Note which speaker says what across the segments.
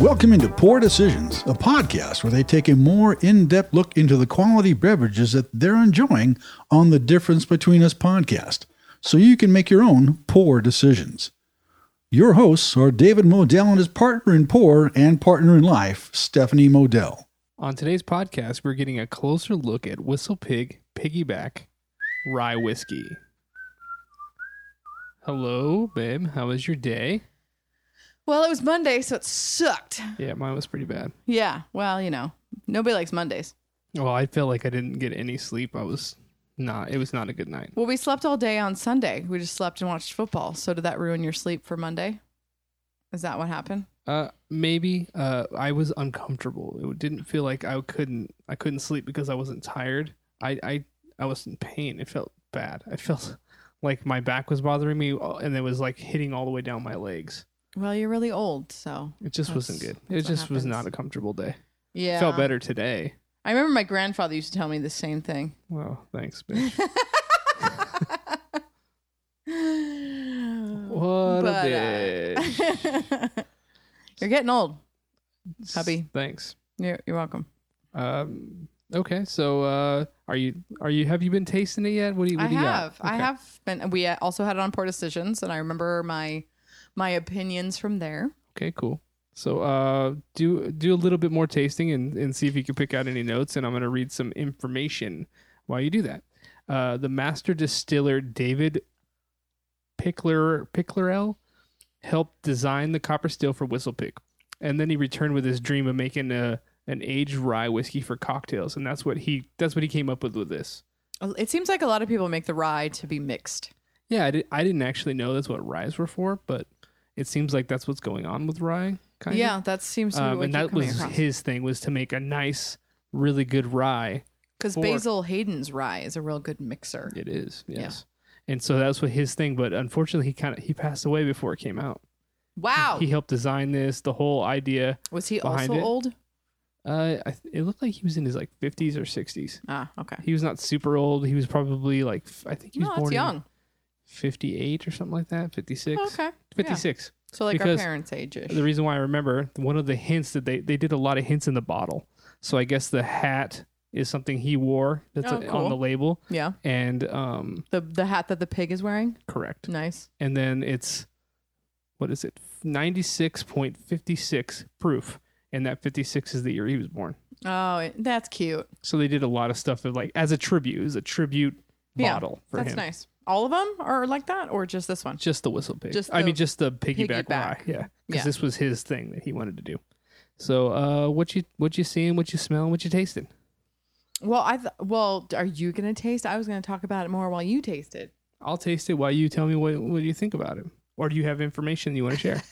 Speaker 1: Welcome into Poor Decisions, a podcast where they take a more in depth look into the quality beverages that they're enjoying on the Difference Between Us podcast, so you can make your own poor decisions. Your hosts are David Modell and his partner in poor and partner in life, Stephanie Modell.
Speaker 2: On today's podcast, we're getting a closer look at Whistle Pig Piggyback Rye Whiskey. Hello, babe. How was your day?
Speaker 3: Well, it was Monday, so it sucked.
Speaker 2: Yeah, mine was pretty bad.
Speaker 3: Yeah. Well, you know, nobody likes Mondays.
Speaker 2: Well, I feel like I didn't get any sleep. I was not. It was not a good night.
Speaker 3: Well, we slept all day on Sunday. We just slept and watched football. So did that ruin your sleep for Monday? Is that what happened?
Speaker 2: Uh, maybe. Uh, I was uncomfortable. It didn't feel like I couldn't. I couldn't sleep because I wasn't tired. I I I was in pain. It felt bad. I felt like my back was bothering me, uh, and it was like hitting all the way down my legs.
Speaker 3: Well, you're really old, so
Speaker 2: It just wasn't
Speaker 3: That's-
Speaker 2: good. It
Speaker 3: that's what
Speaker 2: just was
Speaker 3: happens.
Speaker 2: not a comfortable day.
Speaker 3: yeah.
Speaker 2: Felt better today.
Speaker 3: I remember my grandfather used to tell me the same thing.
Speaker 2: Well, thanks, bitch.
Speaker 3: what
Speaker 2: What
Speaker 3: But, uh,
Speaker 2: a bitch.
Speaker 3: you're getting old. hubby.
Speaker 2: Thanks.
Speaker 3: You're you're welcome.
Speaker 2: Um, okay, so uh, are you are you have you been tasting it yet? What do you? What
Speaker 3: I
Speaker 2: do you got?
Speaker 3: have. I
Speaker 2: Okay.
Speaker 3: have been. We also had it on poor decisions, and I remember my my opinions from there.
Speaker 2: Okay, cool. So uh, do do a little bit more tasting and, and see if you can pick out any notes. And I'm going to read some information while you do that. Uh, the master distiller David Pickler Picklerell helped design the copper still for Whistle Pig, and then he returned with his dream of making a an aged rye whiskey for cocktails, and that's what he that's what he came up with with this.
Speaker 3: It seems like a lot of people make the rye to be mixed.
Speaker 2: Yeah, I, did, I didn't actually know that's what ryes were for, but it seems like that's what's going on with rye. Kind of.
Speaker 3: Yeah, that seems to be
Speaker 2: um,
Speaker 3: what
Speaker 2: and that was his thing was to make a nice, really good rye.
Speaker 3: because
Speaker 2: for-
Speaker 3: Basil Hayden's rye is a real good mixer.
Speaker 2: It is,
Speaker 3: Yeah.
Speaker 2: yes. And so that was what his thing. But unfortunately, he kind of he passed away before it came out.
Speaker 3: Wow,
Speaker 2: He helped design this, the whole idea.
Speaker 3: was he
Speaker 2: behind
Speaker 3: also
Speaker 2: it.
Speaker 3: old?
Speaker 2: Uh, I, th- it looked like he was in his like fifties or sixties.
Speaker 3: Ah, okay.
Speaker 2: He was not super old. He was probably like f- I think he was
Speaker 3: No,
Speaker 2: born
Speaker 3: that's young.
Speaker 2: fifty eight or something like that, fifty six.
Speaker 3: okay,
Speaker 2: Fifty six.
Speaker 3: So like
Speaker 2: Because
Speaker 3: our parents' age ish.
Speaker 2: The reason why I remember one of the hints that they they did a lot of hints in the bottle. So I guess the hat is something he wore that's
Speaker 3: Oh,
Speaker 2: uh,
Speaker 3: cool.
Speaker 2: on the label.
Speaker 3: yeah,
Speaker 2: and um
Speaker 3: the the hat that the pig is wearing.
Speaker 2: correct
Speaker 3: Nice.
Speaker 2: and then it's what is it 96.56 proof and that 56 is the year he was born
Speaker 3: Oh, it- that's cute.
Speaker 2: so they did a lot of stuff of like as a tribute it was a tribute
Speaker 3: Yeah,
Speaker 2: bottle for
Speaker 3: that's
Speaker 2: him
Speaker 3: nice. All of them are like that, or just this one?
Speaker 2: just the whistle pig
Speaker 3: Just
Speaker 2: i
Speaker 3: the
Speaker 2: mean just the piggyback,
Speaker 3: piggyback.
Speaker 2: rye yeah because
Speaker 3: Yeah.
Speaker 2: this was his thing that he wanted to do so uh what you what you seeing what you smelling what you tasting
Speaker 3: Well, I th- well, are you gonna taste? I was gonna talk about it more while you tasted.
Speaker 2: i'll taste it while you tell me what what you think about it or do you have information you want to share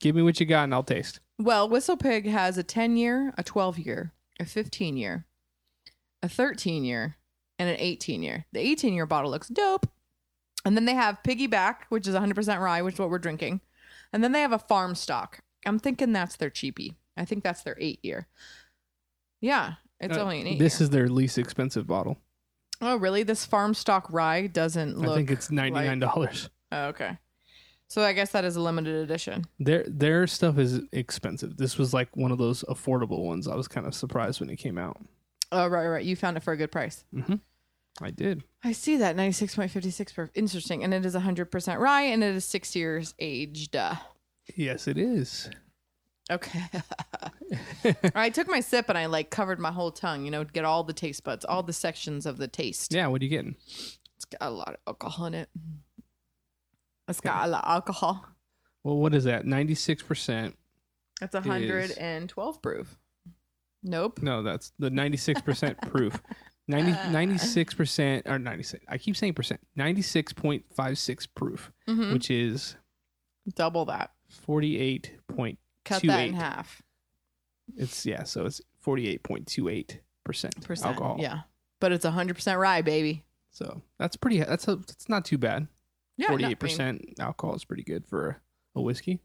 Speaker 2: give me what you got and i'll taste
Speaker 3: well, Whistle Pig has a ten year, a twelve year, a fifteen year, a thirteen year, and an eighteen year. The eighteen year bottle looks dope, and then they have Piggyback, which is one hundred percent rye, which is what we're drinking, and then they have a Farm Stock. I'm thinking that's their cheapie. I think that's their eight year. Yeah, it's
Speaker 2: Uh,
Speaker 3: only an eight.
Speaker 2: this is their least expensive bottle
Speaker 3: oh really? This Farm Stock rye doesn't look.
Speaker 2: I think it's ninety nine dollars.
Speaker 3: Oh, okay. So I guess that is a limited edition.
Speaker 2: Their their stuff is expensive. This was like one of those affordable ones. I was kind of surprised when it came out.
Speaker 3: Oh, right, right. You found it for a good price.
Speaker 2: I did.
Speaker 3: I see that 96.56 per interesting and it is 100% rye and it is 6 years aged. Uh,
Speaker 2: Yes, it is.
Speaker 3: Okay. I took my sip and I like covered my whole tongue, you know, to get all the taste buds, all the sections of the taste.
Speaker 2: Yeah, what are you getting?
Speaker 3: It's got a lot of alcohol in it. It's got a lot of alcohol.
Speaker 2: Well, what is that? Ninety six percent.
Speaker 3: It's 112 proof. Nope.
Speaker 2: No, that's the ninety six percent proof. 96 percent or ninety six. I keep saying percent. Ninety six point five six proof,
Speaker 3: hmm
Speaker 2: which is
Speaker 3: Double that.
Speaker 2: forty eight point.
Speaker 3: Cut
Speaker 2: Two
Speaker 3: that in
Speaker 2: eight.
Speaker 3: half.
Speaker 2: It's yeah. So it's forty eight point two eight percent
Speaker 3: Percent.
Speaker 2: alcohol.
Speaker 3: Yeah. but it's 100% rye, baby.
Speaker 2: So that's pretty. That's a, that's not too bad.
Speaker 3: Yeah, no, I mean,
Speaker 2: Forty-eight percent alcohol is pretty good for a, a whiskey.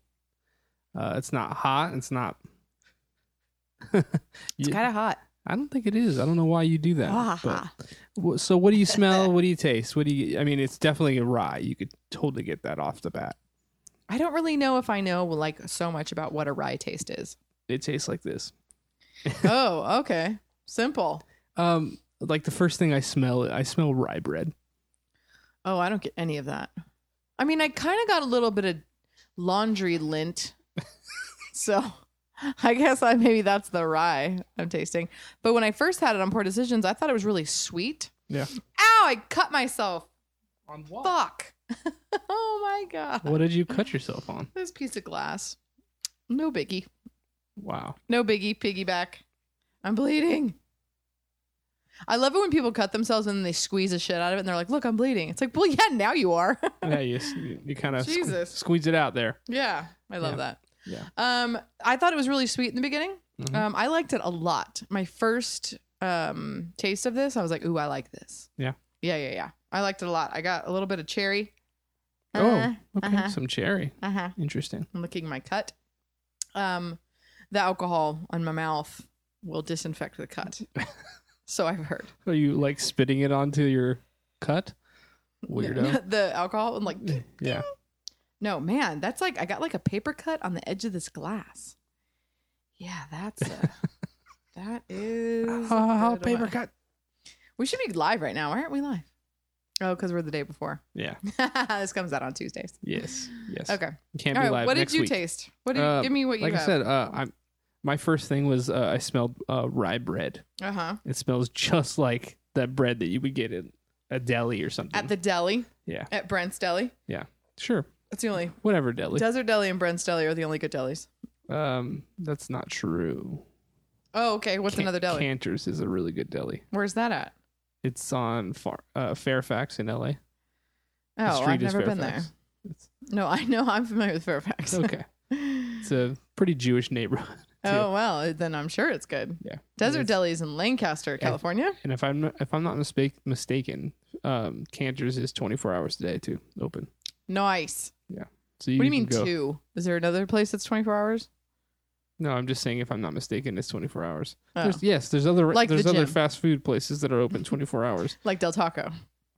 Speaker 2: Uh, it's not hot. It's not.
Speaker 3: It's
Speaker 2: You-
Speaker 3: kind of hot.
Speaker 2: I don't think it is. I don't know why you do that.
Speaker 3: Ah,
Speaker 2: but-
Speaker 3: ha.
Speaker 2: Wh- So what do you smell? what do you taste? What do you? I mean, it's definitely a rye. You could totally get that off the bat.
Speaker 3: I don't really know if I know like so much about what a rye taste is.
Speaker 2: It tastes like this.
Speaker 3: oh, okay. Simple.
Speaker 2: Um, like the first thing I smell, I smell rye bread.
Speaker 3: Oh, I don't get any of that. I mean, I kind of got a little bit of laundry lint. so I guess I maybe that's the rye I'm tasting. But when I first had it on Poor Decisions, I thought it was really sweet.
Speaker 2: Yeah.
Speaker 3: Ow, I cut myself.
Speaker 2: On what?
Speaker 3: Fuck. oh my God.
Speaker 2: What did you cut yourself on?
Speaker 3: This piece of glass. No biggie.
Speaker 2: Wow.
Speaker 3: No biggie. Piggyback. I'm bleeding. I love it when people cut themselves and then they squeeze the shit out of it and they're like, look, I'm bleeding. It's like, well, yeah, now you are.
Speaker 2: Yeah, you s- you, you kind of
Speaker 3: Jesus.
Speaker 2: squeeze it out there.
Speaker 3: Yeah, I
Speaker 2: Yeah.
Speaker 3: love that.
Speaker 2: Yeah.
Speaker 3: Um, I thought it was really sweet in the beginning.
Speaker 2: Mhm.
Speaker 3: Um, I liked it a lot. My first um taste of this, I was like, "Ooh, I like this."
Speaker 2: Yeah.
Speaker 3: Yeah, yeah, yeah. I liked it a lot. I got a little bit of cherry.
Speaker 2: Oh, okay.
Speaker 3: Uh-huh.
Speaker 2: Some cherry.
Speaker 3: Uh huh.
Speaker 2: Interesting.
Speaker 3: I'm licking my cut. Um, the alcohol on my mouth will disinfect the cut. so I've heard.
Speaker 2: Are you like spitting it onto your cut? Weirdo.
Speaker 3: the alcohol and like
Speaker 2: yeah.
Speaker 3: No, man, that's like I got like a paper cut on the edge of this glass. Yeah, that's a, that is a
Speaker 2: Oh,
Speaker 3: bit of
Speaker 2: paper
Speaker 3: a-
Speaker 2: cut.
Speaker 3: We should be live right now. Why aren't we live? Oh, because we're the day before.
Speaker 2: Yeah.
Speaker 3: this comes out on Tuesdays.
Speaker 2: Yes. Yes.
Speaker 3: Okay.
Speaker 2: Can't
Speaker 3: All
Speaker 2: be
Speaker 3: right.
Speaker 2: live
Speaker 3: What did
Speaker 2: next
Speaker 3: you
Speaker 2: week.
Speaker 3: taste? What did
Speaker 2: Uh,
Speaker 3: give me what you
Speaker 2: like I
Speaker 3: have?
Speaker 2: said, uh, I'm my first thing was uh, I smelled uh, rye bread.
Speaker 3: uh huh.
Speaker 2: It smells just like that bread that you would get at a deli or something.
Speaker 3: At the deli,
Speaker 2: yeah,
Speaker 3: at Brent's Deli.
Speaker 2: sure,
Speaker 3: That's the only
Speaker 2: whatever deli.
Speaker 3: Desert Deli and Brent's Deli are the only good delis.
Speaker 2: um, that's not true.
Speaker 3: Oh, okay. What's
Speaker 2: Can-
Speaker 3: another deli?
Speaker 2: Cantor's is a really good deli.
Speaker 3: Where's that at?
Speaker 2: It's on Far- uh, Fairfax in LA. The
Speaker 3: Oh,
Speaker 2: street
Speaker 3: I've
Speaker 2: is
Speaker 3: never been there.
Speaker 2: Fairfax.
Speaker 3: No, I know. I'm familiar with Fairfax.
Speaker 2: Okay, it's a pretty Jewish neighborhood. too.
Speaker 3: Oh well, then I'm sure it's good.
Speaker 2: Yeah,
Speaker 3: Desert
Speaker 2: It's-
Speaker 3: Deli's in Lancaster, California.
Speaker 2: And if I'm if I'm not mistake, mistaken, um, Cantor's is 24 hours a day too open.
Speaker 3: Nice.
Speaker 2: So you
Speaker 3: What do you
Speaker 2: can
Speaker 3: mean
Speaker 2: go.
Speaker 3: two? Is there another place that's 24 hours?
Speaker 2: No, I'm just saying if I'm not mistaken, it's 24 hours.
Speaker 3: Oh.
Speaker 2: There's, yes, there's other
Speaker 3: Like the
Speaker 2: there's other
Speaker 3: gym.
Speaker 2: fast food places that are open 24 hours.
Speaker 3: Like Del Taco.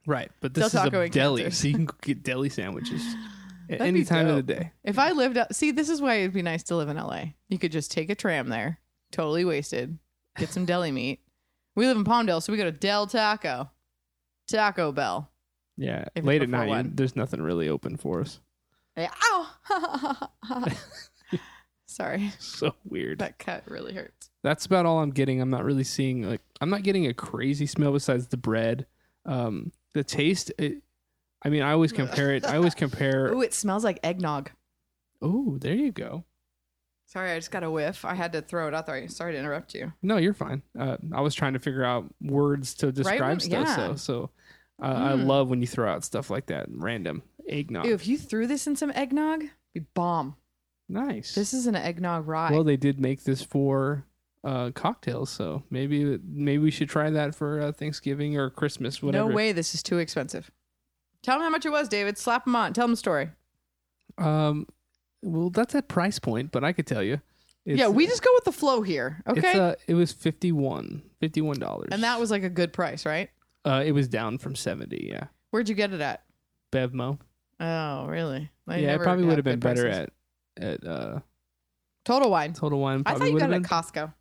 Speaker 2: Right, but
Speaker 3: Del
Speaker 2: this is
Speaker 3: Taco
Speaker 2: a
Speaker 3: and
Speaker 2: deli,
Speaker 3: Cantor's.
Speaker 2: so you can get deli sandwiches at
Speaker 3: That'd
Speaker 2: any
Speaker 3: be
Speaker 2: time of
Speaker 3: dope.
Speaker 2: the day.
Speaker 3: If I lived up, see, this is why it'd be nice to live in LA. You could just take a tram there, totally wasted, get some deli meat. We live in Palmdale, so we go to Del Taco, Taco Bell.
Speaker 2: Yeah,
Speaker 3: If
Speaker 2: late at
Speaker 3: before
Speaker 2: night, you-
Speaker 3: one.
Speaker 2: there's nothing really open for us.
Speaker 3: Yeah. Ow! Sorry,
Speaker 2: So weird.
Speaker 3: that cut really hurts.
Speaker 2: That's about all I'm getting. I'm not really seeing like I'm not getting a crazy smell besides the bread. Um, the taste. It, I mean, I always compare it. I always compare.
Speaker 3: Oh, it smells like eggnog.
Speaker 2: Oh, there you go.
Speaker 3: Sorry, I just got a whiff. I had to throw it out there. Sorry to interrupt you.
Speaker 2: No, you're fine. Uh, I was trying to figure out words to describe
Speaker 3: when-
Speaker 2: stuff.
Speaker 3: yeah.
Speaker 2: So, so uh, I
Speaker 3: Mm.
Speaker 2: love when you throw out stuff like that. Random eggnog.
Speaker 3: Ew, if you threw this in some eggnog, it'd be bomb.
Speaker 2: nice.
Speaker 3: This is an eggnog rye.
Speaker 2: well, they did make this for uh, cocktails, so maybe maybe we should try that for uh, Thanksgiving or Christmas, whatever.
Speaker 3: No way this is too expensive. Tell them how much it was, David. Slap them on. Tell them the story.
Speaker 2: Um, well, that's at price point, but I could tell you. It's-
Speaker 3: yeah, we just go with the flow here,
Speaker 2: It's,
Speaker 3: okay?
Speaker 2: uh, it was fifty one. Fifty one dollars.
Speaker 3: and that was like a good price, right?
Speaker 2: uh, it was down from seventy. Yeah,
Speaker 3: Where'd you get it at?
Speaker 2: Bevmo.
Speaker 3: Oh, really?
Speaker 2: yeah,
Speaker 3: I
Speaker 2: it
Speaker 3: never
Speaker 2: probably would
Speaker 3: got
Speaker 2: have been
Speaker 3: good
Speaker 2: better
Speaker 3: prices.
Speaker 2: at at uh,
Speaker 3: Total Wine.
Speaker 2: Total Wine.
Speaker 3: I
Speaker 2: Probably
Speaker 3: thought you
Speaker 2: would
Speaker 3: got
Speaker 2: have
Speaker 3: it
Speaker 2: been
Speaker 3: at Costco.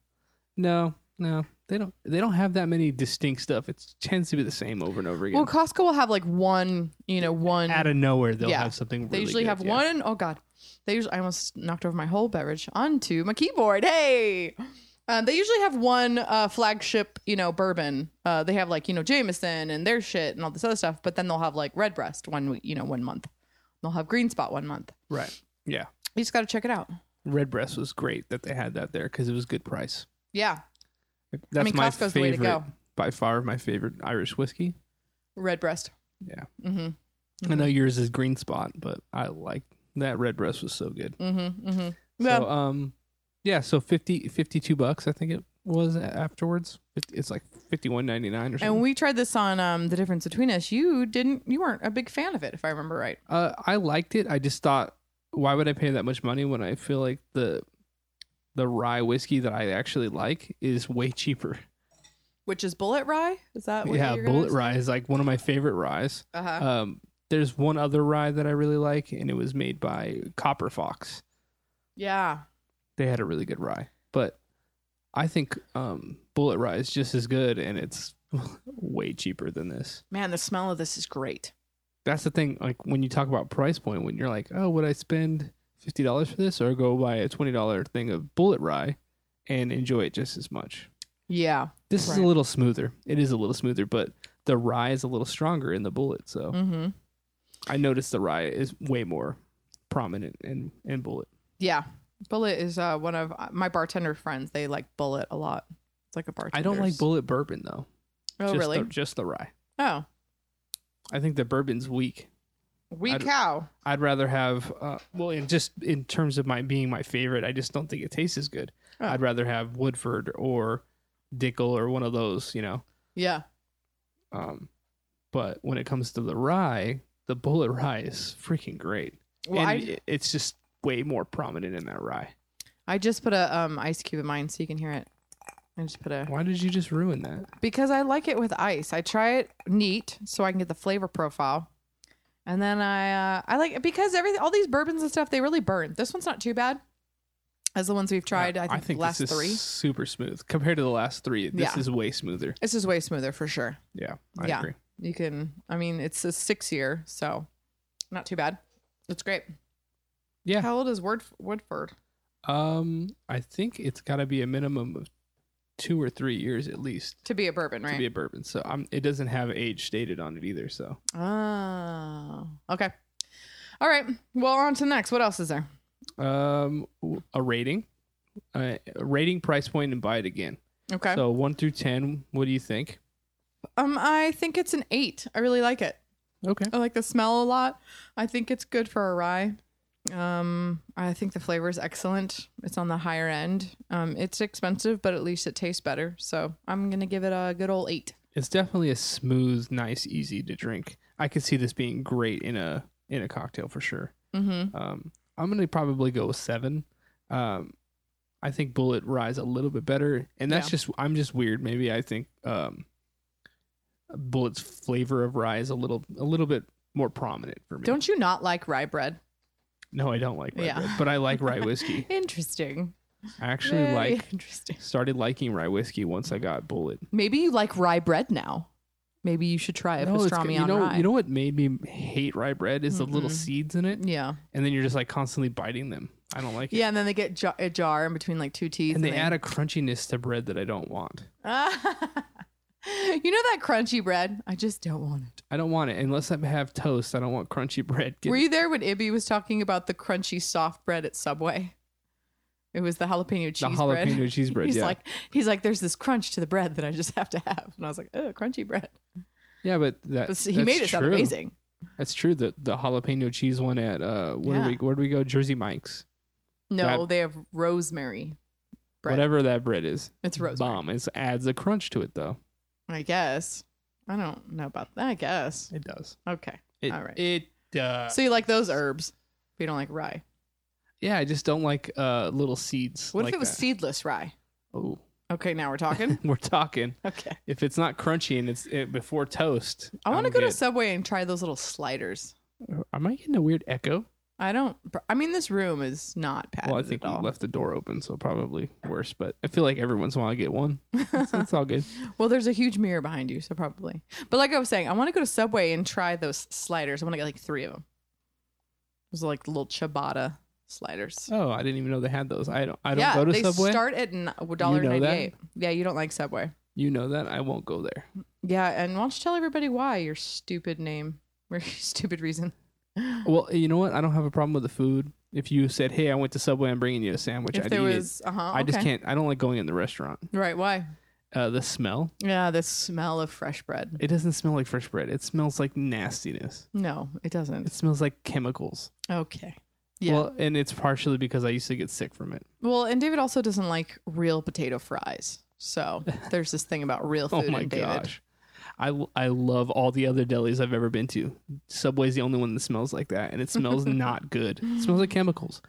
Speaker 2: No, no, they don't. They don't have that many distinct stuff. It tends to be the same over and over again.
Speaker 3: Well, Costco will have like one, you know, one.
Speaker 2: Out of nowhere, they'll
Speaker 3: yeah.
Speaker 2: have something. Really
Speaker 3: they usually
Speaker 2: good,
Speaker 3: have
Speaker 2: yeah.
Speaker 3: one oh god. They usually I almost knocked over my whole beverage onto my keyboard. Hey. Um, they usually have one uh, flagship, you know, bourbon. Uh, they have like you know Jameson and their shit and all this other stuff, but then they'll have like Redbreast one, week- you know, one month. They'll have Green Spot one month.
Speaker 2: Right. Yeah.
Speaker 3: You just got to check it out.
Speaker 2: Redbreast was great that they had that there because it was good price.
Speaker 3: Yeah,
Speaker 2: That's
Speaker 3: mean,
Speaker 2: my
Speaker 3: Costco's the way to
Speaker 2: favorite,
Speaker 3: go.
Speaker 2: by far my favorite Irish whiskey.
Speaker 3: Redbreast.
Speaker 2: Yeah.
Speaker 3: Mm-hmm.
Speaker 2: I know yours is Green Spot, but I like that Redbreast was so uh, good.
Speaker 3: Mm-hmm. Mm-hmm.
Speaker 2: So, um, yeah. So 50, 52 bucks, I think it was afterwards. It, it's like fifty one ninety nine or something.
Speaker 3: And we tried this on um, the difference between us. You didn't. You weren't a big fan of it, if I remember right.
Speaker 2: Uh, I liked it. I just thought, why would I pay that much money when I feel like the the rye whiskey that I actually like is way cheaper.
Speaker 3: Which is bullet rye? Is that what
Speaker 2: yeah,
Speaker 3: you're gonna
Speaker 2: Bullet
Speaker 3: say?
Speaker 2: Rye is like one of my favorite ryes.
Speaker 3: Uh-huh.
Speaker 2: Um, there's one other rye that I really like, and it was made by Copper Fox.
Speaker 3: yeah.
Speaker 2: They had a really good rye, but I think um, Bullet Rye is just as good, and it's way cheaper than this.
Speaker 3: Man, the smell of this is great.
Speaker 2: That's the thing. Like when you talk about price point, when you're like, oh, would I spend fifty dollars for this, or go buy a twenty dollar thing of Bullet Rye and enjoy it just as much?
Speaker 3: Yeah.
Speaker 2: This is a
Speaker 3: Right.
Speaker 2: little smoother. It is a little smoother, but the rye is a little stronger in the bullet. So
Speaker 3: Mm-hmm.
Speaker 2: I noticed the rye is way more prominent in, in bullet.
Speaker 3: Yeah. Bullet is uh, one of my bartender friends. They like bullet a lot. It's like a bartender.
Speaker 2: I don't like bullet bourbon though.
Speaker 3: Oh,
Speaker 2: just
Speaker 3: really?
Speaker 2: The, just the rye.
Speaker 3: oh,
Speaker 2: I think the bourbon's weak.
Speaker 3: wee
Speaker 2: I d-
Speaker 3: cow.
Speaker 2: I'd rather have uh, well, in just in terms of my being my favorite, I just don't think it tastes as good.
Speaker 3: Oh.
Speaker 2: I'd rather have Woodford or Dickel or one of those, you know.
Speaker 3: Yeah.
Speaker 2: Um, but when it comes to the rye, the bullet rye is freaking great.
Speaker 3: Well,
Speaker 2: and
Speaker 3: I,
Speaker 2: it- it's just way more prominent in that rye.
Speaker 3: I just put a um, ice cube in mine so you can hear it. I just put a
Speaker 2: Why did you just ruin that?
Speaker 3: because I like it with ice. I try it neat so I can get the flavor profile. And then I uh, I like because everything all these bourbons and stuff they really burn. This one's not too bad. As the ones we've tried, I think, the last
Speaker 2: this is
Speaker 3: three.
Speaker 2: super smooth compared to the last three. This
Speaker 3: Yeah.
Speaker 2: is way smoother.
Speaker 3: This is way smoother for sure.
Speaker 2: Yeah, I
Speaker 3: Yeah.
Speaker 2: agree.
Speaker 3: You can I mean it's a six year, so not too bad. It's great.
Speaker 2: Yeah.
Speaker 3: How old is Word Woodford?
Speaker 2: Um, I think it's got to be a minimum of two or three years at least
Speaker 3: To be a bourbon,
Speaker 2: to be
Speaker 3: right?
Speaker 2: a bourbon. So um, it doesn't have age stated on it either. So
Speaker 3: Ah. Okay. All right. Well on to next. What else is there?
Speaker 2: um, w- a rating, uh, a rating, price point, and buy it again.
Speaker 3: Okay.
Speaker 2: So one through ten. What do you think?
Speaker 3: um I think it's an eight. I really like it.
Speaker 2: Okay.
Speaker 3: I like the smell a lot. I think it's good for a rye. Um, I think the flavor is excellent. It's on the higher end. Um, it's expensive, but at least it tastes better. So I'm gonna give it a good old eight.
Speaker 2: It's definitely a smooth, nice, easy to drink. I could see this being great in a in a cocktail for sure.
Speaker 3: Mm-hmm.
Speaker 2: Um, I'm gonna probably go with seven. Um, I think Bullet Rise a little bit better, and that's
Speaker 3: Yeah.
Speaker 2: just I'm just weird. Maybe I think um, Bullet's flavor of rye is a little a little bit more prominent for me.
Speaker 3: Don't you not like rye bread?
Speaker 2: no, I don't like rye,
Speaker 3: Yeah.
Speaker 2: bread, but I like rye whiskey.
Speaker 3: Interesting.
Speaker 2: I actually
Speaker 3: Very
Speaker 2: like
Speaker 3: interesting.
Speaker 2: started liking rye whiskey once I got Bullet.
Speaker 3: Maybe you like rye bread now. Maybe you should try a
Speaker 2: No, it's good.
Speaker 3: pastrami
Speaker 2: you
Speaker 3: on
Speaker 2: know,
Speaker 3: rye.
Speaker 2: you know what made me hate rye bread is the little
Speaker 3: Mm-mm.
Speaker 2: seeds in it,
Speaker 3: yeah,
Speaker 2: and then you're just like constantly biting them. I don't like it.
Speaker 3: yeah, and then they get jar- a jar in between like two teeth,
Speaker 2: And they add a crunchiness to bread that I don't want.
Speaker 3: you know that crunchy bread? I just don't want it.
Speaker 2: I don't want it unless I have toast. I don't want crunchy bread. Get-
Speaker 3: Were you there when Ibby was talking about the crunchy soft bread at Subway? It was the jalapeno cheese
Speaker 2: the
Speaker 3: bread.
Speaker 2: jalapeno cheese bread.
Speaker 3: he's
Speaker 2: yeah,
Speaker 3: like, he's like, there's this crunch to the bread that I just have to have, and I was like, oh, crunchy bread.
Speaker 2: yeah, but that
Speaker 3: But he
Speaker 2: that's
Speaker 3: made it sound
Speaker 2: true.
Speaker 3: amazing.
Speaker 2: That's true. The the jalapeno cheese one at uh where
Speaker 3: Yeah.
Speaker 2: do we where do we go? Jersey Mike's,
Speaker 3: No,
Speaker 2: That-
Speaker 3: they have rosemary. Bread.
Speaker 2: whatever that bread is.
Speaker 3: It's rosemary,
Speaker 2: Bomb. It adds a crunch to it though.
Speaker 3: I guess. I don't know about that. I guess.
Speaker 2: It does.
Speaker 3: Okay.
Speaker 2: It,
Speaker 3: All right.
Speaker 2: It does.
Speaker 3: So you like those herbs, but you don't like rye.
Speaker 2: yeah, I just don't like uh little seeds.
Speaker 3: What
Speaker 2: like
Speaker 3: if it was
Speaker 2: that.
Speaker 3: seedless rye?
Speaker 2: Oh,
Speaker 3: Okay, now we're talking.
Speaker 2: we're talking.
Speaker 3: okay.
Speaker 2: If it's not crunchy and it's it, before toast,
Speaker 3: I want to
Speaker 2: I'm
Speaker 3: go to
Speaker 2: good.
Speaker 3: Subway and try those little sliders.
Speaker 2: Am I getting a weird echo?
Speaker 3: I don't. I mean, this room is not padded
Speaker 2: Well, I think
Speaker 3: at
Speaker 2: we
Speaker 3: all.
Speaker 2: left the door open, so probably worse. But I feel like every once in a while I get one. It's, it's all good.
Speaker 3: Well, there's a huge mirror behind you, so probably. But like I was saying, I want to go to Subway and try those sliders. I want to get like three of them. Those are like little ciabatta sliders.
Speaker 2: Oh, I didn't even know they had those. I don't. I don't
Speaker 3: yeah,
Speaker 2: go to
Speaker 3: they
Speaker 2: Subway.
Speaker 3: start at dollar
Speaker 2: know
Speaker 3: ninety
Speaker 2: that?
Speaker 3: eight. Yeah, you don't like Subway.
Speaker 2: you know that I won't go there.
Speaker 3: Yeah, and why don't you tell everybody why your stupid name or your stupid reason?
Speaker 2: Well, you know what? I don't have a problem with the food. If you said, "Hey, I went to Subway. I'm bringing you a sandwich,"
Speaker 3: if
Speaker 2: I'd eat
Speaker 3: there
Speaker 2: it.
Speaker 3: was, uh huh.
Speaker 2: I just can't. I don't like going in the restaurant.
Speaker 3: Right? Why?
Speaker 2: Uh, the smell.
Speaker 3: Yeah, the smell of fresh bread.
Speaker 2: It doesn't smell like fresh bread. It smells like nastiness.
Speaker 3: No, it
Speaker 2: It
Speaker 3: doesn't.
Speaker 2: smells like chemicals.
Speaker 3: Okay. Yeah.
Speaker 2: Well, and it's partially because I used to get sick from it.
Speaker 3: Well, and David also doesn't like real potato fries. So there's this thing about real
Speaker 2: Oh
Speaker 3: food
Speaker 2: my
Speaker 3: in David.
Speaker 2: gosh. I, I love all the other delis I've ever been to. Subway's the only one that smells like that, and it smells not good. It smells like chemicals.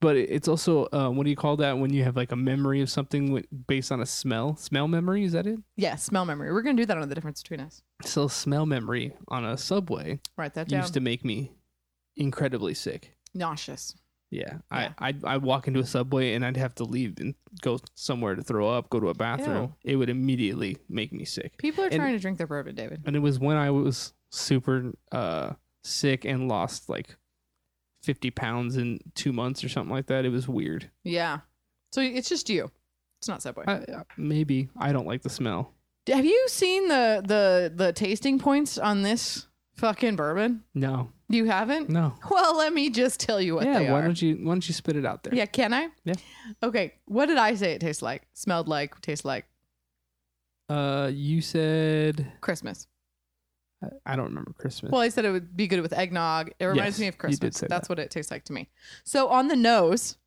Speaker 2: But it- it's also, uh, what do you call that when you have like a memory of something wi- based on a smell? Smell memory? Is that it?
Speaker 3: Yeah, smell memory. We're gonna do that on the difference between us.
Speaker 2: So, smell memory on a subway
Speaker 3: Write that down.
Speaker 2: used to make me incredibly sick.
Speaker 3: Nauseous.
Speaker 2: Yeah,
Speaker 3: Yeah.
Speaker 2: I I'd, I'd walk into a subway and I'd have to leave and go somewhere to throw up, go to a bathroom. It would immediately make me sick.
Speaker 3: People are
Speaker 2: And-
Speaker 3: trying to drink their bourbon, David.
Speaker 2: And it was when I was super uh sick and lost like 50 pounds in 2 months or something like that. It was weird.
Speaker 3: Yeah. So it's just you. It's not Subway.
Speaker 2: I, I- maybe I don't like the smell.
Speaker 3: Have you seen the the the tasting points on this fucking bourbon?
Speaker 2: No.
Speaker 3: You haven't?
Speaker 2: No.
Speaker 3: Well, let me just tell you what
Speaker 2: yeah,
Speaker 3: they
Speaker 2: why
Speaker 3: are.
Speaker 2: don't you why don't you spit it out there?
Speaker 3: yeah, can I?
Speaker 2: Yeah.
Speaker 3: Okay. What did I say it tastes like? Smelled like, tastes like
Speaker 2: Uh you said
Speaker 3: Christmas.
Speaker 2: I don't remember Christmas.
Speaker 3: Well, I said it would be good with eggnog. It reminds
Speaker 2: Yes,
Speaker 3: me of
Speaker 2: you did
Speaker 3: Christmas.
Speaker 2: say
Speaker 3: That's
Speaker 2: that.
Speaker 3: what it tastes like to me. So on the nose,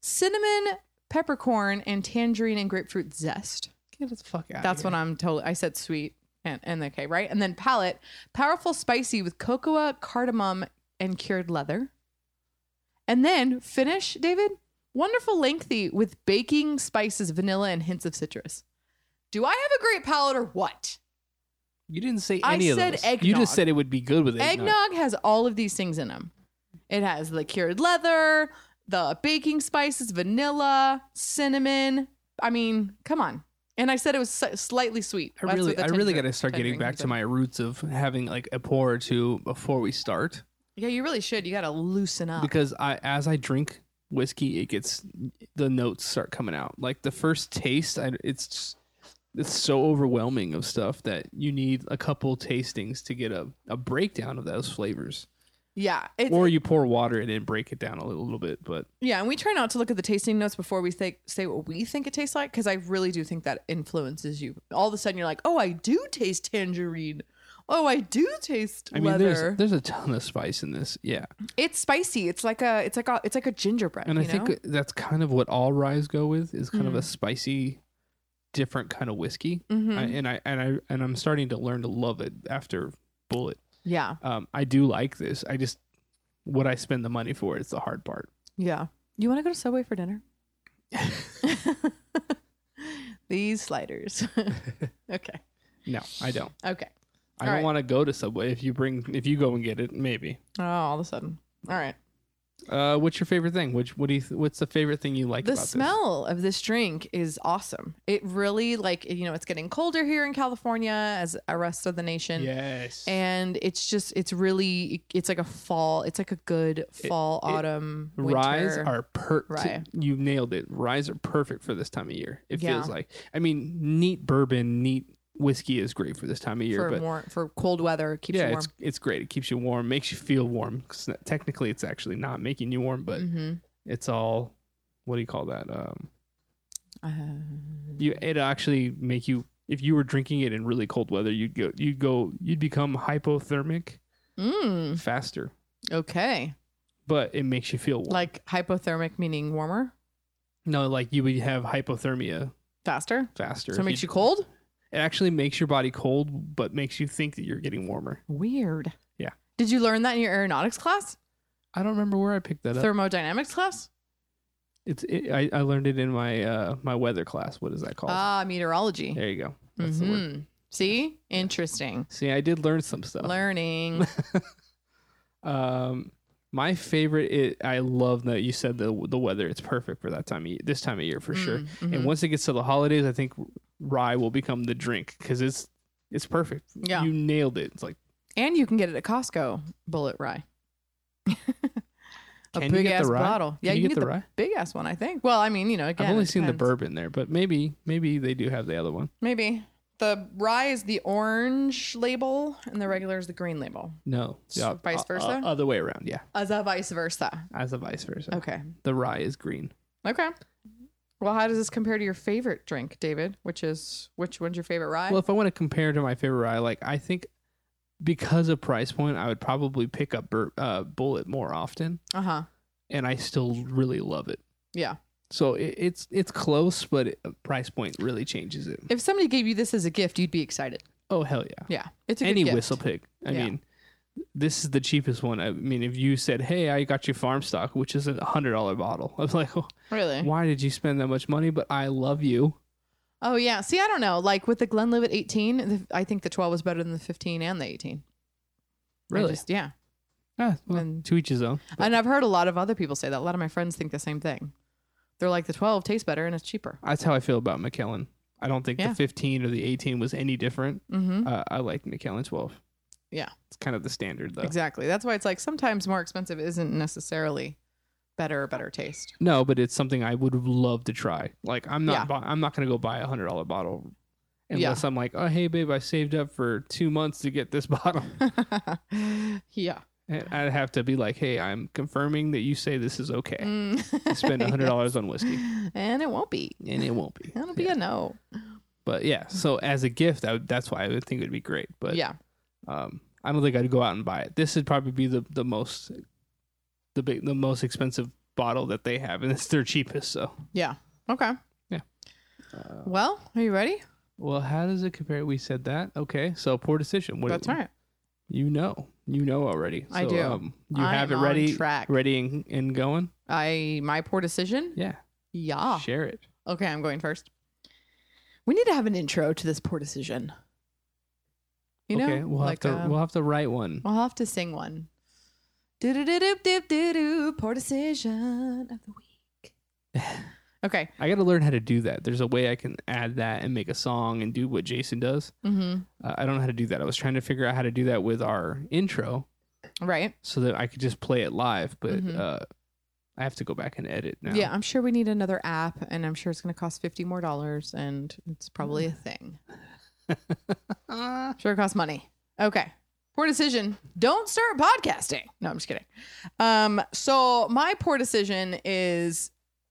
Speaker 3: cinnamon, peppercorn, and tangerine and grapefruit zest.
Speaker 2: Get the fuck out.
Speaker 3: That's when I'm totally. I said sweet and and okay, right? And then palate, powerful spicy with cocoa, cardamom, and cured leather. And then finish, David. Wonderful, lengthy with baking spices, vanilla, and hints of citrus. Do I have a great palate or what?
Speaker 2: You didn't say
Speaker 3: I
Speaker 2: any of
Speaker 3: said
Speaker 2: those. You
Speaker 3: eggnog.
Speaker 2: just said it would be good with eggnog.
Speaker 3: Eggnog. has all of these things in them. It has the cured leather, the baking spices, vanilla, cinnamon. I mean, come on. And I said it was si- slightly sweet.
Speaker 2: I
Speaker 3: That's
Speaker 2: really,
Speaker 3: what the
Speaker 2: I really
Speaker 3: tangerine-
Speaker 2: got to start getting
Speaker 3: tangerine
Speaker 2: back
Speaker 3: comes
Speaker 2: to
Speaker 3: in.
Speaker 2: my roots of having like a pour or two before we start,
Speaker 3: Yeah, you really should. You got to loosen up.
Speaker 2: because I, as I drink whiskey, it gets the notes start coming out. Like the first taste, I, it's it's so overwhelming of stuff that you need a couple tastings to get a, a breakdown of those flavors.
Speaker 3: yeah, it's,
Speaker 2: Or you pour water and then break it down a little, little bit. But
Speaker 3: yeah, and we try not to look at the tasting notes before we say say what we think it tastes like because I really do think that influences you. All of a sudden, you're like, oh, I do taste tangerine. Oh, I do taste
Speaker 2: I mean,
Speaker 3: leather.
Speaker 2: there's there's a ton of spice in this. Yeah,
Speaker 3: it's spicy. It's like a it's like a it's like a gingerbread.
Speaker 2: and I
Speaker 3: you know? Hmm.
Speaker 2: think that's kind of what all ryes go with is kind of a spicy, different kind of whiskey.
Speaker 3: Mhm.
Speaker 2: I, and I and I and I'm starting to learn to love it after Bullet.
Speaker 3: yeah,
Speaker 2: Um, I do like this. I just what I spend the money for is the hard part.
Speaker 3: yeah. You want to go to Subway for dinner? These sliders. okay,
Speaker 2: No, I don't.
Speaker 3: okay.
Speaker 2: I
Speaker 3: All
Speaker 2: don't
Speaker 3: right.
Speaker 2: want to go to Subway. If you bring, if you go and get it, maybe.
Speaker 3: Oh, all of a sudden. All right.
Speaker 2: Uh, what's your favorite thing? Which what do you? th- What's the favorite thing you like?
Speaker 3: the
Speaker 2: about
Speaker 3: smell of this drink is awesome it really like you know it's getting colder here in california as the rest of the nation
Speaker 2: This? Yes.
Speaker 3: and it's just it's really it's like a fall it's like a good fall
Speaker 2: it-
Speaker 3: autumn winter.
Speaker 2: Rise are per.
Speaker 3: rye.
Speaker 2: You nailed it. Rise are perfect for this time of year. It
Speaker 3: Yeah.
Speaker 2: feels like. I mean, neat bourbon, neat whiskey is great for this time of year.
Speaker 3: for
Speaker 2: but
Speaker 3: more for cold weather it keeps
Speaker 2: yeah,
Speaker 3: you warm
Speaker 2: it's it's great. It keeps you warm, makes you feel warm. 'Cause not- technically, it's actually not making you warm, but
Speaker 3: hmm
Speaker 2: it's all what do you call that? Um,
Speaker 3: uh,
Speaker 2: you it actually make you if you were drinking it in really cold weather, you'd go you'd go you'd become hypothermic
Speaker 3: mm,
Speaker 2: faster,
Speaker 3: okay
Speaker 2: but it makes you feel warm.
Speaker 3: like hypothermic meaning warmer
Speaker 2: no, like you would have hypothermia
Speaker 3: faster
Speaker 2: faster.
Speaker 3: so it
Speaker 2: if
Speaker 3: makes you cold
Speaker 2: It actually makes your body cold, but makes you think that you're getting warmer.
Speaker 3: weird
Speaker 2: Yeah.
Speaker 3: did you learn that in your aeronautics class
Speaker 2: I don't remember where I picked that up.
Speaker 3: thermodynamics class
Speaker 2: it's it, I, I learned it in my uh my weather class. What is that called?
Speaker 3: ah meteorology
Speaker 2: there you go. That's the word.
Speaker 3: Mhm. See? Interesting.
Speaker 2: See, I did learn some stuff.
Speaker 3: Learning.
Speaker 2: Um, my favorite, it, I love that you said the the weather. It's perfect for that time of year, this time of year for sure.
Speaker 3: Mm, mhm.
Speaker 2: And once it gets to the holidays, I think rye will become the drink because it's it's perfect.
Speaker 3: Yeah.
Speaker 2: you nailed it. It's like
Speaker 3: and you can get it at Costco, bullet rye. a
Speaker 2: Can you
Speaker 3: big
Speaker 2: get
Speaker 3: ass
Speaker 2: the rye?
Speaker 3: bottle. yeah,
Speaker 2: you
Speaker 3: you can
Speaker 2: get
Speaker 3: get
Speaker 2: the
Speaker 3: the
Speaker 2: rye?
Speaker 3: big ass one, I think. Well, I mean, you know, again,
Speaker 2: I've only
Speaker 3: it
Speaker 2: seen the
Speaker 3: depends.
Speaker 2: bourbon there, but maybe maybe they do have the other one.
Speaker 3: Maybe. The rye is the orange label and the regular is the green label.
Speaker 2: No,
Speaker 3: S- vice
Speaker 2: o- o-
Speaker 3: versa?
Speaker 2: other way around. Yeah,
Speaker 3: As a vice versa.
Speaker 2: as a vice versa.
Speaker 3: Okay.
Speaker 2: The rye is green.
Speaker 3: Okay. Well, how does this compare to your favorite drink, David? Which is which one's your favorite rye?
Speaker 2: Well, if I want to compare to my favorite rye, like I think because of price point, I would probably pick up bur- uh, bullet more often,
Speaker 3: uh huh.
Speaker 2: and I still really love it.
Speaker 3: Yeah.
Speaker 2: So it, it's it's close, but it, uh, price point really changes it.
Speaker 3: If somebody gave you this as a gift, you'd be excited.
Speaker 2: Oh hell yeah!
Speaker 3: Yeah, it's a
Speaker 2: Any
Speaker 3: good gift.
Speaker 2: whistle pig. I
Speaker 3: Yeah.
Speaker 2: mean, this is the cheapest one. I mean, if you said, "Hey, I got you farm stock," which is a hundred dollar bottle, I was like, oh,
Speaker 3: Really?
Speaker 2: "Why did you spend that much money?" But I love you.
Speaker 3: Oh yeah. See, I don't know. Like with the Glenlivet 18, the, I think the 12 was better than the 15 and the 18. I
Speaker 2: Really?
Speaker 3: just- yeah.
Speaker 2: Ah, well,
Speaker 3: And-
Speaker 2: to each his own. But
Speaker 3: And I've heard a lot of other people say that. A lot of my friends think the same thing. They're like the 12 tastes better and it's cheaper.
Speaker 2: that's how I feel about McKellen. I don't think
Speaker 3: Yeah.
Speaker 2: the 15 or the 18 was any different.
Speaker 3: Mm-hmm.
Speaker 2: Uh, I like McKellen 12.
Speaker 3: Yeah.
Speaker 2: It's kind of the standard, though.
Speaker 3: Exactly. That's why it's like sometimes more expensive isn't necessarily better or better taste.
Speaker 2: No, but it's something I would love to try. Like I'm
Speaker 3: Yeah.
Speaker 2: not, bu- I'm not gonna go buy a hundred dollar bottle
Speaker 3: Yeah.
Speaker 2: unless I'm like, oh hey babe, I saved up for two months to get this bottle.
Speaker 3: yeah.
Speaker 2: and I'd have to be like, hey, I'm confirming that you say this is okay.
Speaker 3: Mm.
Speaker 2: Eh. Spend a hundred dollars on whiskey,
Speaker 3: and it won't be.
Speaker 2: and it won't be.
Speaker 3: It'll be
Speaker 2: Yeah.
Speaker 3: a no.
Speaker 2: But yeah, so as a gift, I would, that's why I would think it would be great. But
Speaker 3: yeah.
Speaker 2: um, I don't think I'd go out and buy it. This would probably be the the most, the big, the most expensive bottle that they have, and it's their cheapest. So
Speaker 3: Yeah. Okay.
Speaker 2: Yeah.
Speaker 3: well, are you ready?
Speaker 2: Well, how does it compare? We said that. Okay, so poor decision. What
Speaker 3: That's right.
Speaker 2: You know, you know already.
Speaker 3: I
Speaker 2: So,
Speaker 3: do.
Speaker 2: Um, you
Speaker 3: I
Speaker 2: have
Speaker 3: am
Speaker 2: it
Speaker 3: on
Speaker 2: ready,
Speaker 3: track.
Speaker 2: ready and, and going.
Speaker 3: I my poor decision.
Speaker 2: Yeah,
Speaker 3: Yeah.
Speaker 2: share it.
Speaker 3: Okay, I'm going first. We need to have an intro to this poor decision. You know,
Speaker 2: okay, we'll
Speaker 3: like
Speaker 2: have to
Speaker 3: um,
Speaker 2: we'll have to write one.
Speaker 3: I'll have to sing one. Do do do do do do do. Poor decision of the week. okay.
Speaker 2: I got to learn how to do that. There's a way I can add that and make a song and do what Jason does.
Speaker 3: Mm-hmm.
Speaker 2: Uh, I don't know how to do that. I was trying to figure out how to do that with our intro
Speaker 3: Right.
Speaker 2: so that I could just play it live, but
Speaker 3: Mhm.
Speaker 2: uh, I have to go back and edit now.
Speaker 3: Yeah, I'm sure we need another app, and I'm sure it's going to cost fifty more dollars, and it's probably a
Speaker 2: Mm.
Speaker 3: thing.
Speaker 2: Ah.
Speaker 3: Sure costs money. Okay. Poor decision. Don't start podcasting. No, I'm just kidding. Um, so my poor decision is,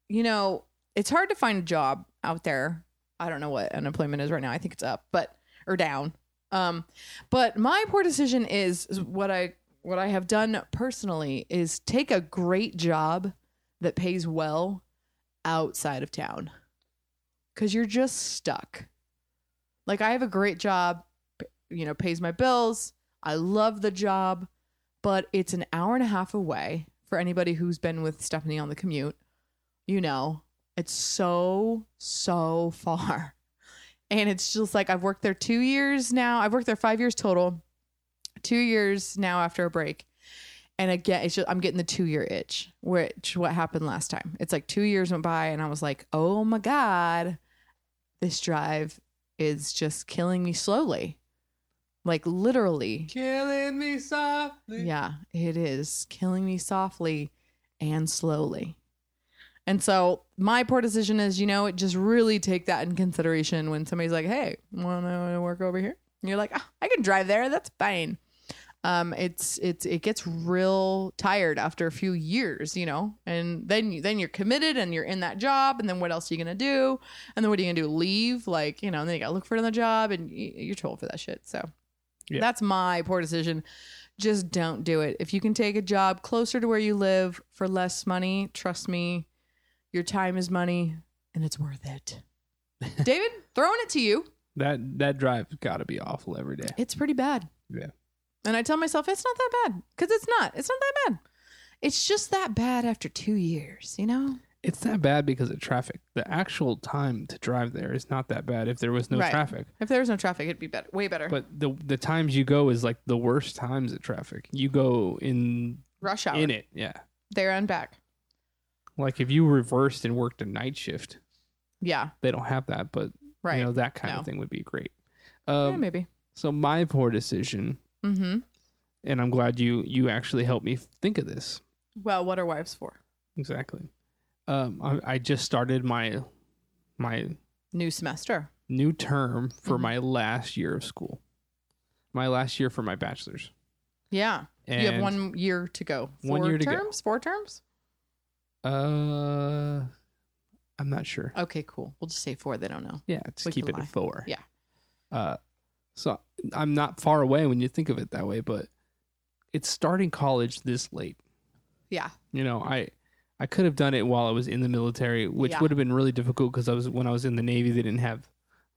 Speaker 3: you know, it's hard to find a job out there. I don't know what unemployment is right now. I think it's up, but or down. Um, but my poor decision is, is what I what I have done personally is take a great job that pays well outside of town. Cause you're just stuck. Like I have a great job you know, pays my bills. I love the job, but it's an hour and a half away for anybody who's been with Stephanie on the commute. You know, it's so, so far. And it's just like I've worked there two years now. I've worked there five years total, two years now after a break. And again, it's just, I'm getting the two year itch, which what happened last time. It's like two years went by, and I was like, oh my God, this drive is just killing me slowly like literally
Speaker 2: Killing me softly.
Speaker 3: yeah it is killing me softly and slowly and so my poor decision is you know just really take that in consideration when somebody's like hey want to work over here and you're like "Ah, i can drive there that's fine um it's it's it gets real tired after a few years you know and then you then you're committed and you're in that job and then what else are you gonna do and then what are you gonna do leave like you know and then you gotta look for another job and y- you're told for that shit so
Speaker 2: Yeah.
Speaker 3: that's my poor decision just don't do it if you can take a job closer to where you live for less money trust me your time is money and it's worth it david throwing it to you
Speaker 2: That that drive's got to be awful every day.
Speaker 3: it's pretty bad.
Speaker 2: Yeah.
Speaker 3: And I tell myself it's not that bad because it's not. It's not that bad. It's just that bad after two years, you know?
Speaker 2: It's that bad because of traffic. The actual time to drive there is not that bad if there was no
Speaker 3: Right.
Speaker 2: traffic.
Speaker 3: If there was no traffic, it'd be better, way better.
Speaker 2: But the the times you go is like the worst times at traffic. You go in
Speaker 3: Rush hour,
Speaker 2: in it, yeah.
Speaker 3: there and back.
Speaker 2: Like if you reversed and worked a night shift,
Speaker 3: Yeah,
Speaker 2: they don't have that, but
Speaker 3: right.
Speaker 2: you know that kind
Speaker 3: No.
Speaker 2: of thing would be great.
Speaker 3: yeah,
Speaker 2: Um,
Speaker 3: maybe.
Speaker 2: so my poor decision,
Speaker 3: Mm-hmm.
Speaker 2: and I'm glad you you actually helped me think of this.
Speaker 3: Well, what are wives for?
Speaker 2: Exactly. Um, I, I just started my my
Speaker 3: New semester.
Speaker 2: new term for
Speaker 3: Mhm.
Speaker 2: my last year of school. My last year for my bachelor's.
Speaker 3: Yeah.
Speaker 2: And,
Speaker 3: you have one year to go. Four
Speaker 2: One year to go.
Speaker 3: terms? Four terms?
Speaker 2: Uh, I'm not sure.
Speaker 3: Okay, cool. We'll just say four. They don't know.
Speaker 2: Yeah, just
Speaker 3: We
Speaker 2: keep
Speaker 3: can
Speaker 2: it
Speaker 3: lie.
Speaker 2: at four.
Speaker 3: Yeah.
Speaker 2: Uh, so I'm not far away when you think of it that way, but it's starting college this late.
Speaker 3: Yeah.
Speaker 2: You know, I I could have done it while I was in the military, which
Speaker 3: Yeah.
Speaker 2: would have been really difficult because I was when I was in the Navy, they didn't have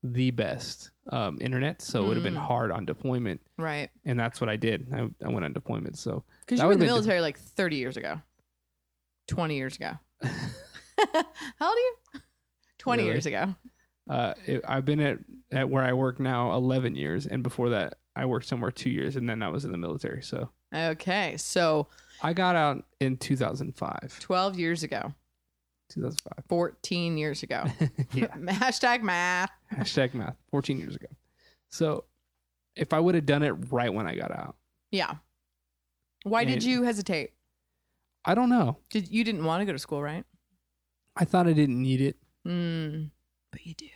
Speaker 2: the best um, internet, so it would have been
Speaker 3: Mm.
Speaker 2: hard on deployment,
Speaker 3: Right.
Speaker 2: and that's what I did. I, I went on deployment, so
Speaker 3: Because
Speaker 2: That
Speaker 3: you were in the
Speaker 2: would've been
Speaker 3: military like 30 years ago, 20 years ago. How old are you? 20
Speaker 2: Really?
Speaker 3: years ago.
Speaker 2: uh, it, I've been at at where I work now eleven years, and before that, I worked somewhere two years, and then I was in the military. So
Speaker 3: Okay. So
Speaker 2: I got out in two thousand five,
Speaker 3: 12 years ago,
Speaker 2: two thousand five.
Speaker 3: 14 years ago.
Speaker 2: yeah.
Speaker 3: Hashtag math.
Speaker 2: Hashtag math. 14 years ago. So if I would have done it right when I got out,
Speaker 3: Yeah. Why did
Speaker 2: And-
Speaker 3: you hesitate?
Speaker 2: I don't know.
Speaker 3: Did you didn't want to go to school, right?
Speaker 2: I thought I didn't need it.
Speaker 3: Mm, but you do.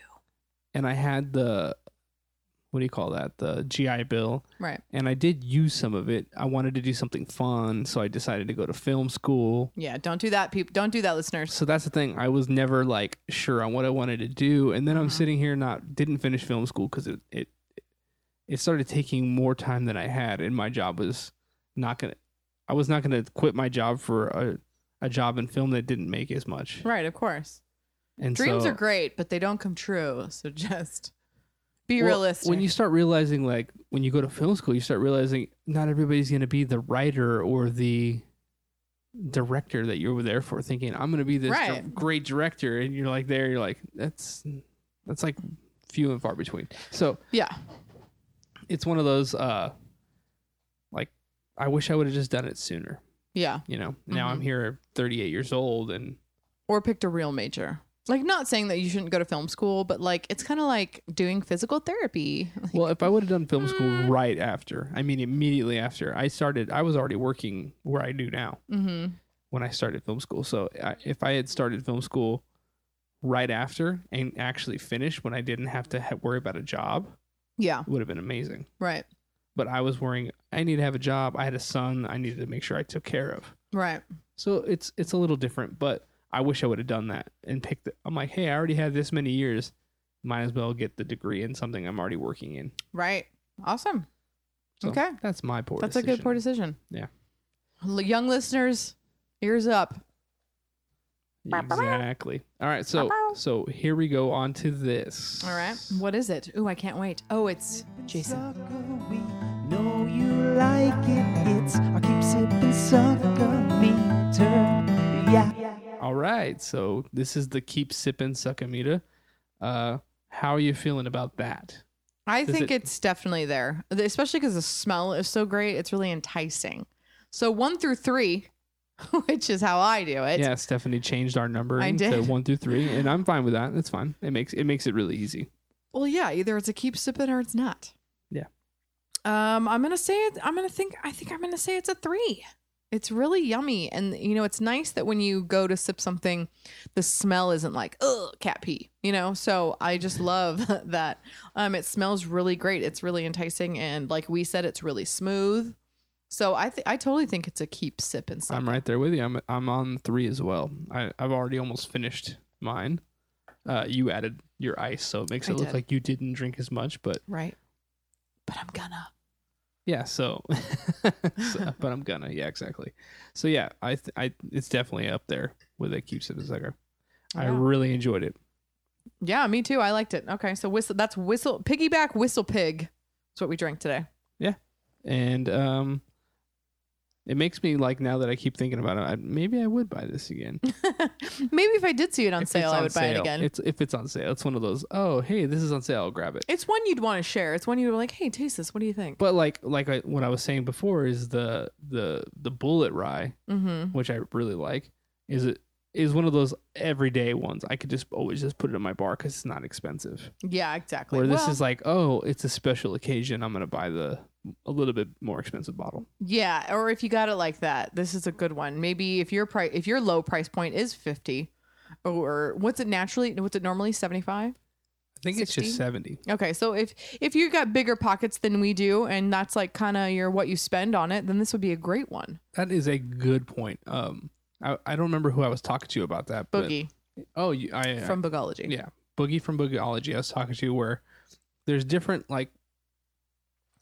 Speaker 2: And I had the, what do you call that? The GI Bill.
Speaker 3: Right.
Speaker 2: And I did use some of it. I wanted to do something fun. So I decided to go to film school.
Speaker 3: Yeah. Don't do that, people. Don't do that, listeners.
Speaker 2: So that's the thing. I was never like sure on what I wanted to do. And then I'm
Speaker 3: Mhm.
Speaker 2: sitting here not, didn't finish film school because it, it, it started taking more time than I had. And my job was not going to, I was not going to quit my job for a, a job in film that didn't make as much.
Speaker 3: Right. Of course.
Speaker 2: And
Speaker 3: Dreams
Speaker 2: so-
Speaker 3: are great, but they don't come true. So just be
Speaker 2: Well,
Speaker 3: realistic.
Speaker 2: When you start realizing, like, when you go to film school, you start realizing not everybody's going to be the writer or the director that you were there for. Thinking I'm going to be this di-
Speaker 3: Right.
Speaker 2: great director, and you're like there, you're like that's that's like few and far between. So
Speaker 3: yeah.
Speaker 2: it's one of those, uh like, I wish I would have just done it sooner.
Speaker 3: Yeah.
Speaker 2: You know, now
Speaker 3: Mhm.
Speaker 2: I'm here, 38 years old, and
Speaker 3: Or picked a real major. Like, not saying that you shouldn't go to film school, but like, it's kind of like doing physical therapy. Like,
Speaker 2: Well, if I would have done film school
Speaker 3: Mm.
Speaker 2: right after, I mean immediately after, I started. I was already working where I do now
Speaker 3: mhm.
Speaker 2: when I started film school. So I, if I had started film school right after and actually finished when I didn't have to ha- worry about a job,
Speaker 3: Yeah.
Speaker 2: it would have been amazing.
Speaker 3: Right.
Speaker 2: But I was worrying. I need to have a job. I had a son. I needed to make sure I took care of.
Speaker 3: Right.
Speaker 2: So it's it's a little different. But I wish I would have done that and picked. The, I'm like, hey, I already had this many years. Might as well get the degree in something I'm already working in.
Speaker 3: Right. Awesome.
Speaker 2: So
Speaker 3: Okay.
Speaker 2: that's my poor.
Speaker 3: That's a
Speaker 2: decision.
Speaker 3: good poor decision.
Speaker 2: Yeah.
Speaker 3: L- young listeners, ears up.
Speaker 2: Exactly. All right, so so here we go on to this.
Speaker 3: All right. What is it? Ooh, I can't wait. Oh, it's Jason.
Speaker 4: Sucker, we know you like it. It's I keep sipping sucker meter. Yeah.
Speaker 2: All right, so this is the keep sipping Suckamita. Uh, how are you feeling about that?
Speaker 3: I
Speaker 2: Does
Speaker 3: think
Speaker 2: it-
Speaker 3: it's definitely there, especially because the smell is so great. It's really enticing. So one through three, which is how I do it.
Speaker 2: yeah, Stephanie changed our number
Speaker 3: I
Speaker 2: to
Speaker 3: did.
Speaker 2: one through three, and I'm fine with that. That's fine. It makes it makes it really easy.
Speaker 3: Well, yeah, either it's a keep sipping or it's not.
Speaker 2: Yeah.
Speaker 3: Um, I'm gonna say it. I'm gonna think. I think I'm gonna say it's a three. It's really yummy, and you know, it's nice that when you go to sip something, the smell isn't like ugh cat pee. You know, so I just love that. Um, it smells really great. It's really enticing, and like we said, it's really smooth. So I th- I totally think it's a keep sipping.
Speaker 2: I'm right there with you. I'm I'm on three as well. I I've already almost finished mine. Uh, you added your ice, so it makes
Speaker 3: I
Speaker 2: it look
Speaker 3: did.
Speaker 2: like you didn't drink as much, but
Speaker 3: right. But I'm gonna.
Speaker 2: Yeah, so, so- but I'm gonna. Yeah, exactly. So yeah, I th- I it's definitely up there with it keeps it a sucker. I
Speaker 3: Yeah.
Speaker 2: really enjoyed it.
Speaker 3: Yeah, me too. I liked it. Okay, so whistle. That's whistle piggyback whistle pig. That's what we drank today.
Speaker 2: And um it makes me like now that I keep thinking about it, I, maybe I would buy this again.
Speaker 3: Maybe if I did see it on
Speaker 2: If it's
Speaker 3: sale, I
Speaker 2: on
Speaker 3: would buy it
Speaker 2: sale-
Speaker 3: again. It's,
Speaker 2: It's if it's on sale. It's one of those, oh hey, this is on sale, I'll grab it.
Speaker 3: one you'd want to share. It's one you'd be like, hey, taste this. What do you think?
Speaker 2: But like like I, what I was saying before is the the the bullet rye,
Speaker 3: Mm-hmm.
Speaker 2: which I really like, is it is one of those everyday ones. I could just always just put it in my bar because it's not expensive.
Speaker 3: Yeah, exactly.
Speaker 2: Where this
Speaker 3: Well,
Speaker 2: is like, oh, it's a special occasion. I'm gonna buy the a little bit more expensive bottle.
Speaker 3: yeah, or if you got it like that, this is a good one. Maybe if your price, if your low price point is fifty, or what's it naturally? What's it normally? Seventy five.
Speaker 2: I think it's just
Speaker 3: 60?
Speaker 2: seventy.
Speaker 3: Okay, so if if you got bigger pockets than we do, and that's like kind of your what you spend on it, then this would be a great one.
Speaker 2: That is a good point. Um, I, I don't remember who I was talking to about that. But,
Speaker 3: Boogie
Speaker 2: oh, you, I from
Speaker 3: from Boogology.
Speaker 2: yeah, Boogie from Boogieology. I was talking to where there's different like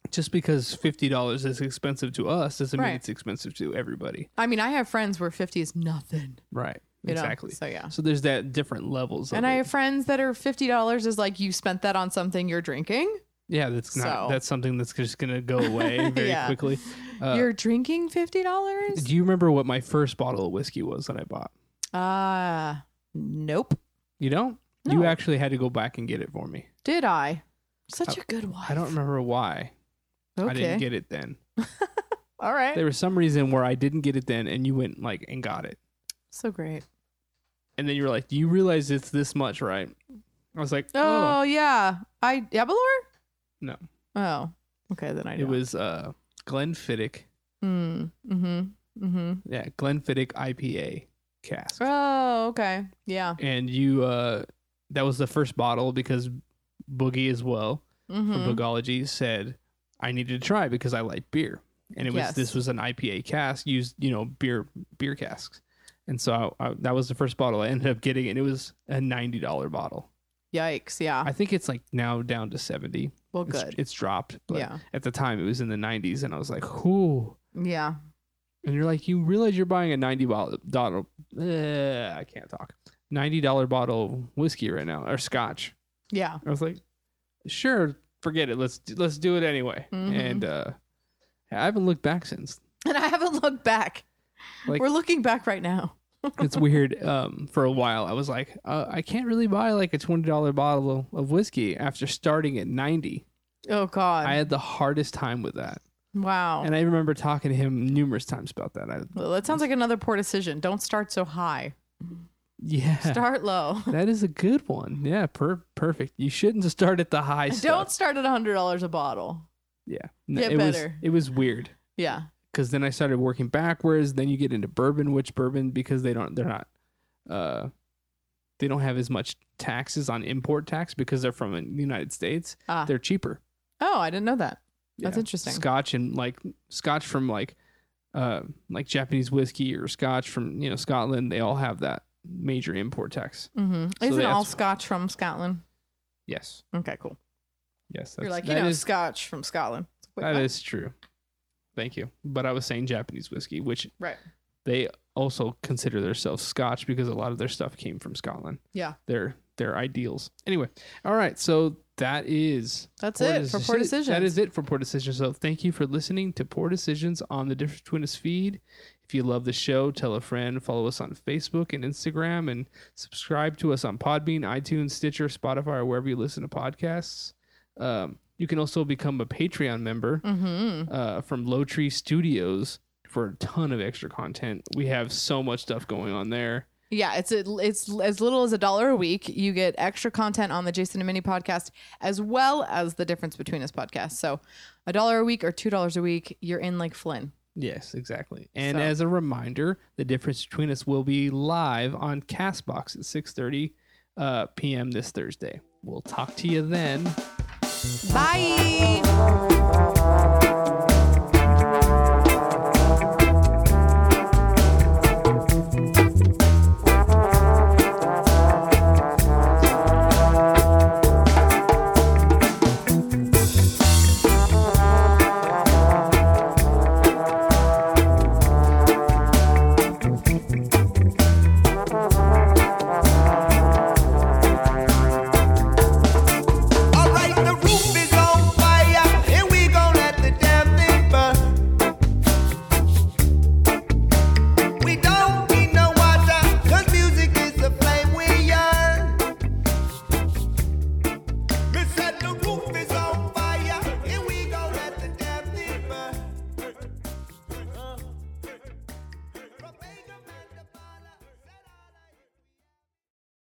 Speaker 2: just because fifty dollars is expensive to us doesn't mean
Speaker 3: Right.
Speaker 2: it's expensive to everybody.
Speaker 3: I mean, I have friends where 50 is nothing.
Speaker 2: Right.
Speaker 3: you know?
Speaker 2: Exactly.
Speaker 3: So, yeah.
Speaker 2: So there's that different levels.
Speaker 3: And
Speaker 2: of
Speaker 3: I
Speaker 2: it.
Speaker 3: have friends that are $50 is like, you spent that on something you're drinking.
Speaker 2: yeah, that's not
Speaker 3: so-
Speaker 2: that's something that's just gonna go away very
Speaker 3: Yeah.
Speaker 2: quickly. Uh,
Speaker 3: you're drinking $50?
Speaker 2: do you remember what my first bottle of whiskey was that I bought?
Speaker 3: Ah, nope.
Speaker 2: You don't? You
Speaker 3: No.
Speaker 2: actually had to go back and get it for me.
Speaker 3: Did I? Such a good wife.
Speaker 2: I don't remember why
Speaker 3: Okay.
Speaker 2: I didn't get it then.
Speaker 3: All right.
Speaker 2: There was some reason where I didn't get it then, and you went like and got it,
Speaker 3: so great.
Speaker 2: and then you were like, "Do you realize it's this much, right?" I was like,
Speaker 3: Oh, yeah. I Ebalor?
Speaker 2: No.
Speaker 3: Oh. Okay, then I
Speaker 2: It
Speaker 3: don't.
Speaker 2: was uh Glenfiddich.
Speaker 3: Mm, mm-hmm. Mm-hmm.
Speaker 2: Yeah, Glenfiddich IPA cask.
Speaker 3: Oh, okay. Yeah.
Speaker 2: And you uh that was the first bottle because Boogie as well
Speaker 3: Mm-hmm.
Speaker 2: from Boogology said I needed to try because I like beer. And it was
Speaker 3: Yes.
Speaker 2: this was an IPA cask used, you know, beer beer casks. And so I, I, that was the first bottle I ended up getting and it was a $90 bottle.
Speaker 3: Yikes. Yeah.
Speaker 2: I think it's like now down to 70.
Speaker 3: well,
Speaker 2: It's,
Speaker 3: Um, Oh, good.
Speaker 2: it's dropped, but
Speaker 3: Yeah.
Speaker 2: at the time it was in the 90s and I was like, "Whoo."
Speaker 3: Yeah.
Speaker 2: and you're like, you realize you're buying a ninety dollar, uh, I can't talk, ninety dollar bottle of whiskey right now or scotch.
Speaker 3: Yeah.
Speaker 2: I was like, sure, forget it. Let's let's do it anyway.
Speaker 3: Mhm.
Speaker 2: And uh, I haven't looked back since.
Speaker 3: And I haven't looked back.
Speaker 2: Like-
Speaker 3: We're looking back right now.
Speaker 2: It's weird. Um, for a while, I was like, uh, I can't really buy like a twenty dollar bottle of whiskey after starting at ninety.
Speaker 3: Oh God.
Speaker 2: I had the hardest time with that,
Speaker 3: wow.
Speaker 2: and I remember talking to him numerous times about that. I
Speaker 3: well, that sounds like another poor decision. Don't start so high.
Speaker 2: yeah.
Speaker 3: Start low.
Speaker 2: that is a good one. Yeah, per- perfect. You shouldn't start at the high stuff.
Speaker 3: Don't start at hundred dollars a bottle.
Speaker 2: Yeah. No,
Speaker 3: Get
Speaker 2: it Was,
Speaker 3: better.
Speaker 2: it was weird
Speaker 3: Yeah.
Speaker 2: because then I started working backwards. Then you get into bourbon, which bourbon because they don't they're not uh they don't have as much taxes on import tax because they're from uh, the United States.
Speaker 3: Ah.
Speaker 2: They're cheaper.
Speaker 3: Oh, I didn't know that. That's
Speaker 2: Yeah.
Speaker 3: interesting.
Speaker 2: Scotch and like Scotch from like uh like Japanese whiskey or Scotch from you know Scotland. They all have that major import tax.
Speaker 3: Mm-hmm.
Speaker 2: So
Speaker 3: Isn't all
Speaker 2: that's-
Speaker 3: Scotch from Scotland?
Speaker 2: Yes.
Speaker 3: Okay, cool.
Speaker 2: Yes.
Speaker 3: You're
Speaker 2: that's-
Speaker 3: like, you
Speaker 2: that
Speaker 3: know,
Speaker 2: is-
Speaker 3: Scotch from Scotland. Wait,
Speaker 2: That
Speaker 3: what?
Speaker 2: is true. Thank you. But I was saying Japanese whiskey, which
Speaker 3: Right.
Speaker 2: they also consider themselves Scotch because a lot of their stuff came from Scotland.
Speaker 3: Yeah.
Speaker 2: Their their ideals. Anyway, all right. So that is
Speaker 3: That's
Speaker 2: Poor
Speaker 3: it for poor decisions.
Speaker 2: That is it for poor decisions. So thank you for listening to Poor Decisions on the Difference Between Us feed. If you love the show, tell a friend. Follow us on Facebook and Instagram, and subscribe to us on Podbean, iTunes, Stitcher, Spotify, or wherever you listen to podcasts. Um, you can also become a Patreon member
Speaker 3: Mm-hmm.
Speaker 2: uh, from Low Tree Studios for a ton of extra content. We have so much stuff going on there.
Speaker 3: Yeah, it's a, it's as little as a dollar a week. You get extra content on the Jason and Minnie podcast, as well as the difference between us podcast. So, a dollar a week or two dollars a week, you're in like Flynn.
Speaker 2: Yes, exactly. And
Speaker 3: So-
Speaker 2: as a reminder, the difference between us will be live on Castbox at 6:30 uh, p.m. this Thursday. We'll talk to you then.
Speaker 3: Bye.